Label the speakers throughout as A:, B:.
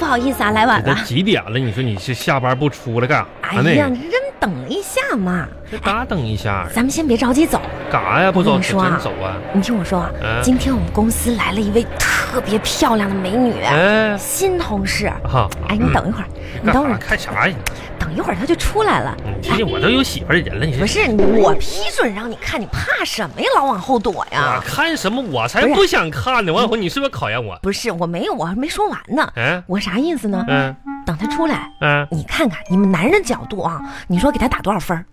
A: 好意思啊，来晚
B: 都
A: 了。
B: 几点了？你说你是下班不出来干啥呢
A: 哎？呀，你让你等一下嘛，
B: 这嘎等一下，
A: 咱们先别着急走。
B: 干啥呀？不
A: 我
B: 走，
A: 跟你
B: 真
A: 说啊
B: 走啊？
A: 你听我说啊，
B: 嗯
A: 今天我们公司来了一位特别漂亮的美女，
B: 哎，
A: 新同事。
B: 哈，
A: 哎，你等一会儿，你
B: 嗯干嗯
A: 等会
B: 啥？
A: 儿，
B: 看啥呀？
A: 等一会儿她就出来了。
B: 你这我都有媳妇儿人了，你
A: 不
B: 这
A: 是我批准让你看，你怕什么呀？老往后躲
B: 我
A: 呀？
B: 看什么？我才
A: 啊不是
B: 不想看呢！王小红，你是不是考验我？
A: 不是，我没有，我还没说完呢。
B: 嗯
A: 我啥意思呢？
B: 嗯
A: 等她出来，
B: 嗯，
A: 你看看你们男人角度啊，你说给她打多少分儿？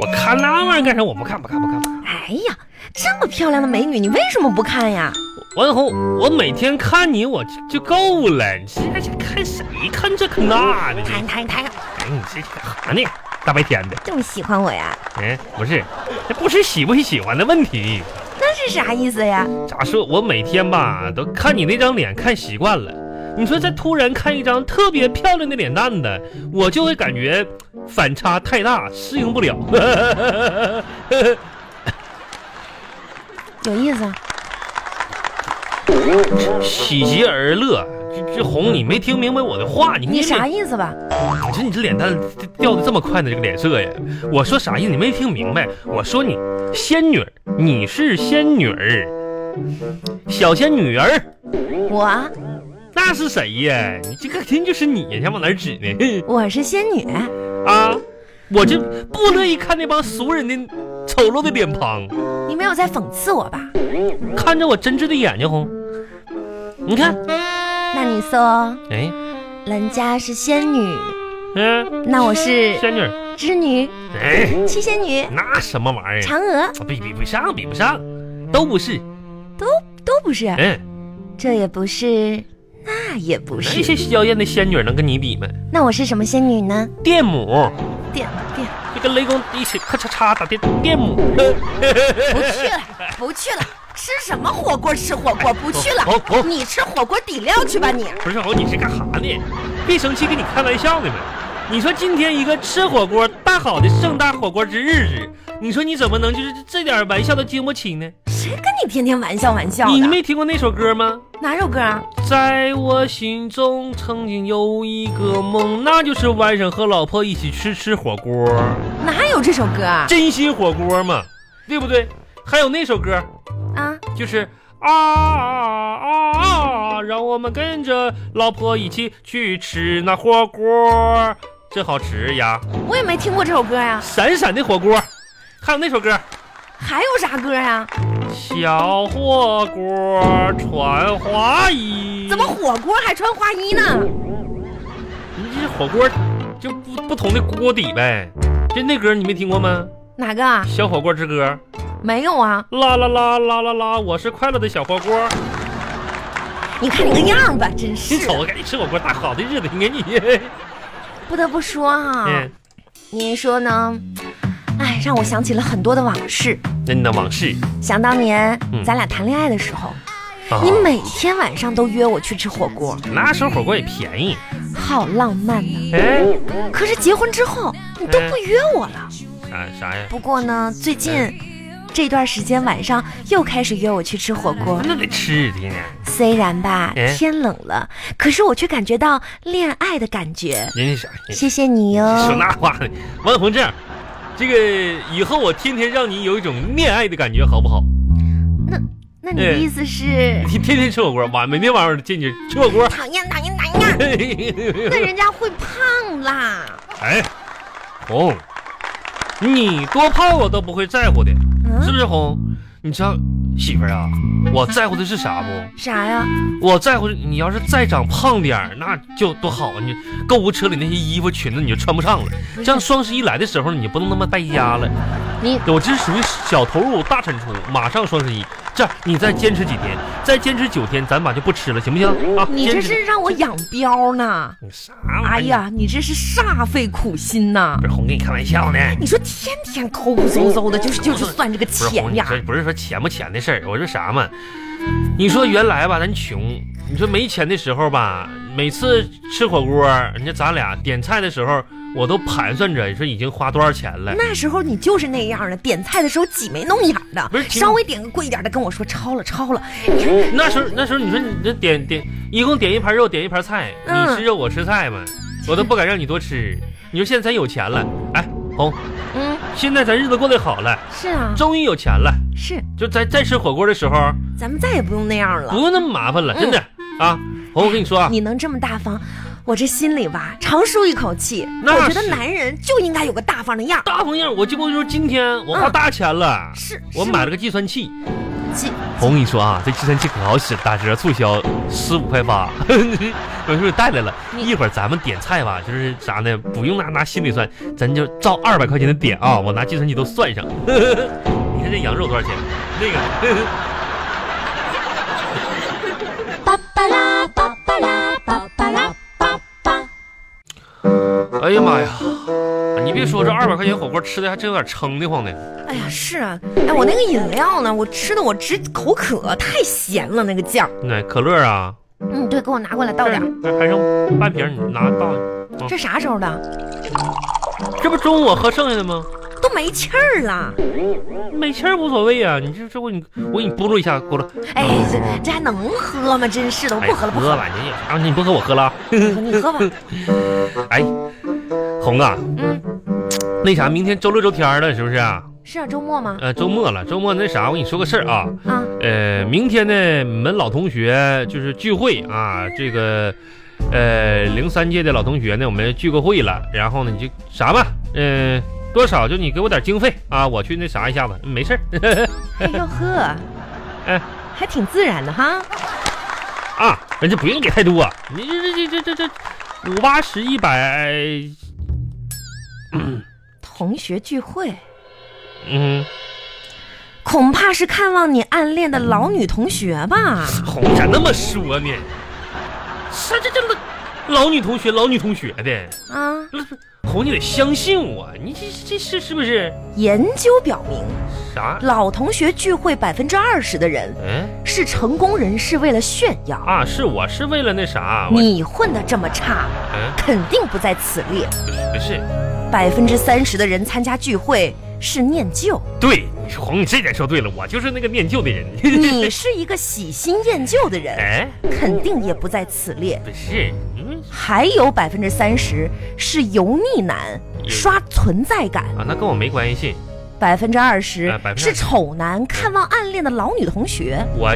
B: 我看那玩意儿干啥？我不看，不看，不看。
A: 哎呀，这么漂亮的美女，你为什么不看呀？
B: 王小红，我每天看你我就就够了，你这还看谁看这看那的？
A: 谈谈谈，
B: 哎，你这干啥呢？大白天的，
A: 这么喜欢我呀？
B: 嗯，不是，这不是喜不喜欢的问题。
A: 那是啥意思呀？
B: 咋说？我每天吧都看你那张脸看习惯了，你说再突然看一张特别漂亮的脸蛋子，我就会感觉反差太大，适应不了。
A: 有意思啊？
B: 喜极而乐，这这红，你没听明白我的话，你
A: 你
B: 这
A: 啥
B: 脸？
A: 意思吧？
B: 你说你这脸蛋掉的这么快呢？这个脸色呀，我说啥意思？你没听明白？我说你仙女儿，你是仙女儿，小仙女儿。
A: 我
B: 那是谁呀？你这个听就是你呀，你想往哪儿指呢？
A: 我是仙女，
B: 啊，我这不乐意看那帮俗人的丑陋的脸庞，
A: 你没有在讽刺我吧？
B: 看着我真挚的眼睛红。你看，
A: 那你说
B: 哎，
A: 人家是仙女，
B: 嗯、
A: 那我是
B: 仙女儿，
A: 织女、
B: 哎，
A: 七仙女、
B: 那什么玩意儿？啊
A: 嫦娥，
B: 比比不上，比不上，都不是。
A: 都不是，
B: 嗯，
A: 这也不是，那也不
B: 那
A: 是。
B: 些妖艳的仙女儿能跟你比吗？
A: 那我是什么仙女呢？
B: 电母
A: 电电，
B: 就跟雷公一起咔嚓嚓打电电母。嗯
A: 不去了，不去了。吃什么火锅？吃火锅不去了
B: 走走。
A: 你吃火锅底料去吧你。
B: 不是猴，你是干啥呢？别生气，跟你开玩笑呢嘛。你说今天一个吃火锅大好的盛大火锅之日子，你说你怎么能就是这点玩笑都经不起呢？
A: 谁跟你天天玩笑玩笑
B: 你
A: 的？
B: 没听过那首歌吗？
A: 哪首歌啊？
B: 在我心中曾经有一个梦，那就是晚上和老婆一起吃吃火锅，
A: 哪有这首歌啊？
B: 真心火锅嘛，对不对？还有那首歌
A: 啊，
B: 就是啊啊啊！让我们跟着老婆一起去吃那火锅，真好吃呀！
A: 我也没听过这首歌呀、
B: 闪闪的火锅，还有那首歌《
A: 还有啥歌呀、
B: 小火锅穿花衣》。
A: 怎么？火锅还穿花衣呢？
B: 你这火锅就不不同的锅底呗？就那歌你没听过吗？
A: 哪个啊？
B: 《小火锅之歌》。
A: 没有啊？
B: 啦啦啦啦啦啦！我是快乐的小火锅。
A: 你看你个样吧，真
B: 你
A: 是。
B: 瞅，赶紧吃火锅，大好的日子应该你。
A: 不得不说哈、
B: 嗯，
A: 您说呢？哎，让我想起了很多的往事。
B: 真的往事。
A: 想当年
B: 嗯
A: 咱俩谈恋爱的时候，
B: 啊
A: 你每天晚上都约我去吃火锅，
B: 那时候火锅也便宜。
A: 好浪漫呐、
B: 哎，
A: 可是结婚之后，你都不约我了。
B: 啥啊啥呀？
A: 不过呢，最近这段时间晚上又开始约我去吃火锅。
B: 那得吃啊的呢。
A: 虽然吧，
B: 哎
A: 天冷了，可是我却感觉到恋爱的感觉。
B: 人家啥？
A: 谢谢你哦哟、
B: 哎 说那话呢？王小红这样，这个以后我天天让你有一种恋爱的感觉，好不 好？
A: 那你的意思是？
B: 你天天吃火锅，晚每天晚上进去吃火锅。
A: 讨厌，讨厌，讨厌！那人家会胖啦。
B: 哎，红，你多胖我都不会在乎的，是
A: 嗯，
B: 不是红？你知道媳妇儿啊，我在乎的是啥不？
A: 啥呀？
B: 我在乎你要是再长胖点儿，那就多好啊！你购物车里那些衣服、裙子你就穿不上了。这样双十一来的时候，你就不能那么败家了。
A: 你
B: 我这属于小投入大产出，马上双十一，这样你再坚持几天，再坚持九天，咱把就不吃了，行不行？啊，
A: 你这
B: 坚持
A: 是让我养膘呢。
B: 你啥
A: 哎
B: 玩意儿？
A: 呀，你这是煞费苦心呐
B: 不。是红跟你开玩笑呢，
A: 你说天天抠抠搜搜的，就是就是算这个
B: 不是红，
A: 钱
B: 你
A: 呀。
B: 这不是说钱不钱的事儿，我说啥嘛？你说原来吧，咱穷，你说没钱的时候吧，每次吃火锅，你说咱俩点菜的时候，我都盘算着说已经花多少钱了。
A: 那时候你就是那样的，点菜的时候挤眉弄眼的，
B: 不是听
A: 稍微点个贵一点的跟我说超了超了，你看
B: 那时候那时候你说你这点点一共点一盘肉点一盘菜，
A: 嗯
B: 你吃肉我吃菜嘛，我都不敢让你多吃。你说现在咱有钱了，哎，红，
A: 嗯，
B: 现在咱日子过得好了，
A: 是啊，
B: 终于有钱了，
A: 是，
B: 就咱再吃火锅的时候
A: 咱们再也不用那样
B: 不
A: 了。
B: 用那么麻烦了，真的啊。红，我跟你说啊，
A: 你能这么大方，我这心里吧长舒一口气。
B: 那
A: 我觉得
B: 是
A: 男人就应该有个大方的样儿。
B: 大朋友，我就跟你说，今天我花
A: 嗯
B: 大钱了，
A: 是，
B: 我
A: 是
B: 买了个计算器。
A: 鸡
B: 红，我跟你说啊，这计算器可好使，打折促销十五块八， 我给你带来了。
A: 你
B: 一会儿咱们点菜吧，就是啥呢？不用拿拿心里算，咱就照二百块钱的点啊，我拿计算器都算上。 你看这羊肉多少钱？那个
C: Pa pa la pa pa la pa pa la pa pa.
B: 哎呀妈呀！你别说，这二百块钱火锅吃的还真有点撑的慌呢。
A: 哎呀，是啊，哎，我那个饮料呢？我吃的我直口渴，太咸了那个酱。
B: 那可乐啊，
A: 嗯，对，给我拿过来倒点儿。
B: 还还剩半瓶，你拿倒。
A: 这啥时候的？
B: 这不中午我喝剩下的吗？
A: 都没气儿了。
B: 没气儿无所谓啊，你这这我给你我给你咕噜一下咕噜。
A: 哎，这这还能喝吗？真是的，我
B: 哎
A: 不喝了，不喝
B: 喝吧，你也啊，你不喝我喝了啊。
A: 了，你喝吧。
B: 哎，红啊，
A: 嗯，
B: 那啥，明天周六周天儿了，是不是啊？
A: 是啊，周末吗？
B: 呃，周末了，周末那啥，我跟你说个事儿啊，
A: 啊，
B: 呃，明天呢，我们老同学就是聚会啊，这个，呃，零三届的老同学呢，我们聚个会了，然后呢，你就啥吧，呃，多少就你给我点经费啊，我去那啥一下子，没事儿
A: 哎呦呵，
B: 哎
A: 还挺自然的哈。
B: 啊，人家不用给太多，啊你这这这这这这五八十一百，
A: 同学聚会，
B: 嗯，
A: 恐怕是看望你暗恋的老女同学吧？
B: 红咋那么说呢？啥这这老老女同学，老女同学的。
A: 啊，
B: 红，你得相信我，你这这是是不是
A: 研究表明，
B: 啥？
A: 老同学聚会百分之二十的人
B: 嗯
A: 是成功人士为了炫耀。
B: 啊，是我是为了那啥，我
A: 你混得这么差，
B: 嗯
A: 肯定不在此列。
B: 不是不是，
A: 百分之三十的人参加聚会是念旧，
B: 对，你说红，你这点说对了，我就是那个念旧的人。
A: 你是一个喜新厌旧的人，
B: 哎，
A: 肯定也不在此列。
B: 不是，嗯
A: 还有百分之三十是油腻男，
B: 有
A: 刷存在感；
B: 啊，那跟我没关系，
A: 哎百分之二十
B: 啊20%
A: 是丑男，看望暗恋的老女同学。
B: 我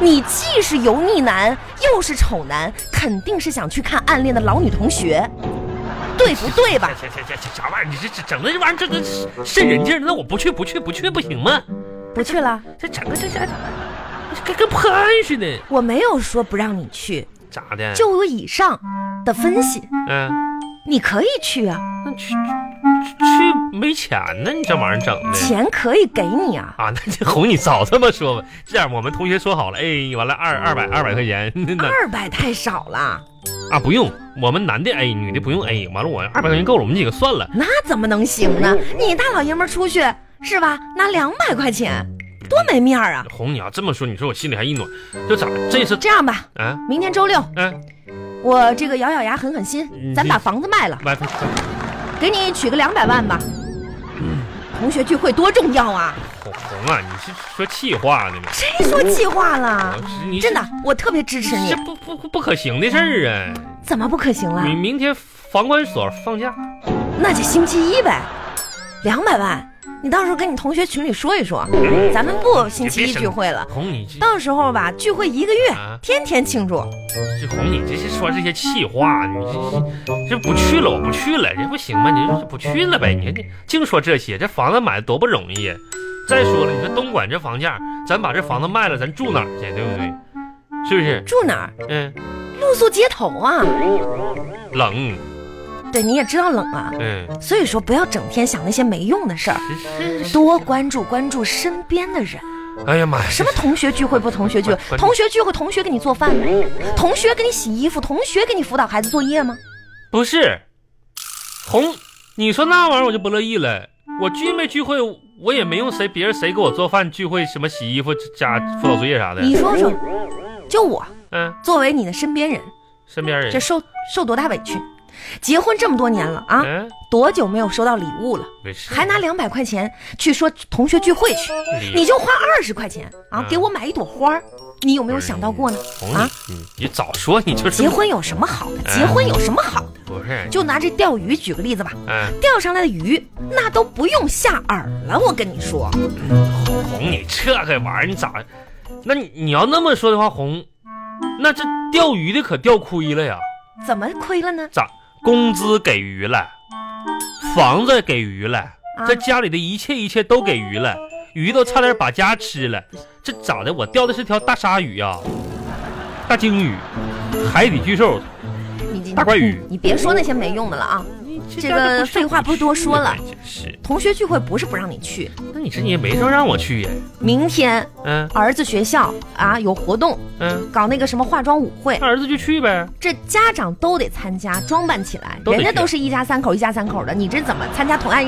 A: 你既是油腻男，又是丑男，肯定是想去看暗恋的老女同学，对不对 吧？
B: 这这这这啥玩意儿？你这这整的这玩意儿，这这渗人劲儿，那我不去不去不去不行吗？
A: 不去了，
B: 这整个这这跟跟潘似的，
A: 我没有说不让你去，
B: 咋的？
A: 就我以上的分析，
B: 嗯，
A: 你可以去啊，
B: 那去去去没钱呢？你这玩意儿整的。
A: 钱可以给你啊。
B: 啊，那这哄你早这么说吧。这样，我们同学说好了，哎，完了二二百二百块钱，那
A: 二百太少了，
B: 啊不用，我们男的 A，女的不用 A。完了，我二百块钱够了，我们几个算了。
A: 那怎么能行呢？你大老爷们儿出去是吧？拿两百块钱，多没面儿啊！
B: 哄你啊，这么说，你说我心里还一暖，就咋这是
A: 这样吧，
B: 啊
A: 明天周六
B: 啊，
A: 我这个咬咬牙狠狠心，
B: 嗯
A: 咱把房子卖了，
B: 完
A: 给你取个两百万吧。
B: 嗯
A: 同学聚会多重要啊！
B: 哄红啊，你是说气话呢吗？
A: 谁说气话了？
B: 我是哎你
A: 真的，我特别支持你
B: 这，不不不可行的事儿啊！
A: 怎么不可行了？
B: 明明天房管所放假，
A: 啊那就星期一呗，两百万，你到时候跟你同学群里说一说，咱们不星期一聚会了，
B: 哄嗯你这
A: 到时候吧，聚会一个月
B: 啊，
A: 天天庆祝。
B: 这哄你这是说这些气话，你这这不去了，我不去了，这不行吗？你这不去了呗？你看你净说这些，这房子买的多不容易。再说了，你说东莞这房价，咱把这房子卖了，咱住哪儿去？对不对？是不是？
A: 住哪儿？
B: 嗯，
A: 露宿街头啊！
B: 冷，
A: 对，你也知道冷啊，
B: 嗯，
A: 所以说不要整天想那些没用的事儿，
B: 是是。
A: 多关注关注身边的人。
B: 哎呀妈呀！
A: 什么同学聚会不同学聚
B: 关注
A: 会？同学聚会，同学给你做饭吗？同学给你洗衣服？同学给你辅导孩子作业吗？
B: 不是，红，你说那玩意儿我就不乐意了。我聚没聚会，我也没用谁别人谁给我做饭、聚会、什么洗衣服、加辅导作业啥的。
A: 你说说，就我
B: 嗯，
A: 作为你的身边人，
B: 身边人
A: 这受受多大委屈？结婚这么多年了啊，
B: 嗯，
A: 多久没有收到礼物了？
B: 没事，
A: 还拿两百块钱去说同学聚会去，
B: 礼
A: 你就花二十块钱啊
B: 嗯，
A: 给我买一朵花儿，你有没有想到过呢？
B: 哄
A: 啊，
B: 你，你你早说你就是
A: 结婚有什么好
B: 嗯
A: 的？结婚有什么好的？
B: 不是？
A: 就拿这钓鱼举个例子吧，
B: 嗯，
A: 钓上来的鱼那都不用下饵了，我跟你说，
B: 哄你这个玩意儿，你咋？那你你要那么说的话，哄，那这钓鱼的可钓亏了呀？
A: 怎么亏了呢？
B: 咋？工资给鱼了，房子给鱼
A: 啊
B: 了，这家里的一切一切都给鱼了，鱼都差点把家吃了。这咋的？我钓的是条大鲨鱼呀、大鲸鱼，海底巨兽。
A: 你你
B: 大怪鱼
A: 你别说那些没用的了啊！
B: 你
A: 这
B: 家都
A: 个
B: 不是
A: 废话不多说了
B: 哎真是，
A: 同学聚会不是不让你去，
B: 那你这也没说让我去呀？
A: 明天
B: 嗯
A: 儿子学校啊有活动，
B: 嗯，
A: 搞那个什么化妆舞会
B: 那，儿子就去呗。
A: 这家长都得参加，装扮起来。
B: 都得
A: 人家
B: 去
A: 都是一家三口一家三口的，你这怎么参加同爱？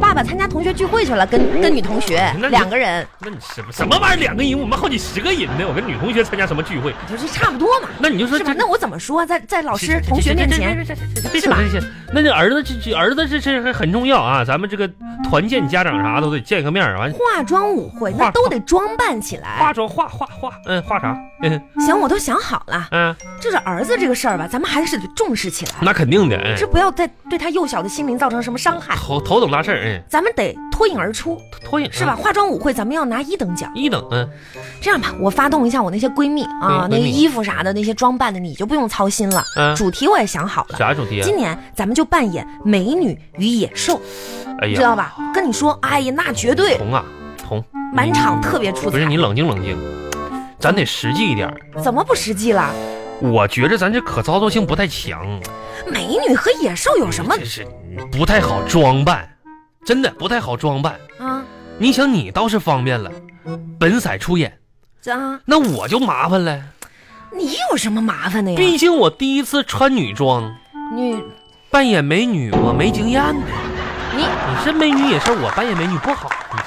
A: 爸爸参加同学聚会去了，跟跟女同学
B: 那你
A: 两个人，
B: 那你什么什么玩意儿？两个人，我们好几十个人呢。我跟女同学参加什么聚会？
A: 就是差不多嘛，
B: 那你就说
A: 是吧
B: 这？
A: 那我怎么说，在在老师
B: 这
A: 同学面前，，
B: 这这这这这这别扯这些。那这儿子这这儿子这这还很重要啊，咱们这个团建家长啥都得见个面儿，完
A: 化妆舞会
B: 化
A: 那都得装扮起
B: 化
A: 来。
B: 妆化化化，嗯，化啥？嗯
A: 行，我都想好了，
B: 嗯，
A: 就是儿子这个事儿吧，咱们还是得重视起来，
B: 那肯定的，嗯
A: 这，不要再对他幼小的心灵造成什么伤害。
B: 头头等大事儿，嗯，
A: 咱们得脱颖而出，
B: 脱颖
A: 是吧？？化妆舞会咱们要拿一等奖。
B: 一等，嗯，
A: 这样吧，我发动一下我那些闺蜜啊，
B: 嗯
A: 那
B: 闺
A: 些
B: 蜜
A: 衣服啥的，那些装扮的，你就不用操心了。
B: 嗯
A: 主题我也想好了，
B: 啥主题啊？
A: 今年咱们就扮演美女与野兽，
B: 哎
A: 知道
B: 呀，
A: 吧？跟你说，哎呀，那绝对
B: 红啊红，
A: 满场特别出
B: 不是
A: 彩。
B: 你冷静冷静，咱得实际一点儿。
A: 怎么不实际了？
B: 我觉着咱这可操作性不太强，嗯
A: 美女和野兽有什么
B: 这是不太好装扮，真的不太好装扮。
A: 啊？
B: 你想你倒是方便了，本色出演。
A: 这啊，
B: 那我就麻烦了，
A: 你有什么麻烦的呀？
B: 毕竟我第一次穿女装，
A: 女，
B: 扮演美女，我没经验呢。
A: 你
B: 你是美女也是我扮演美女不好，你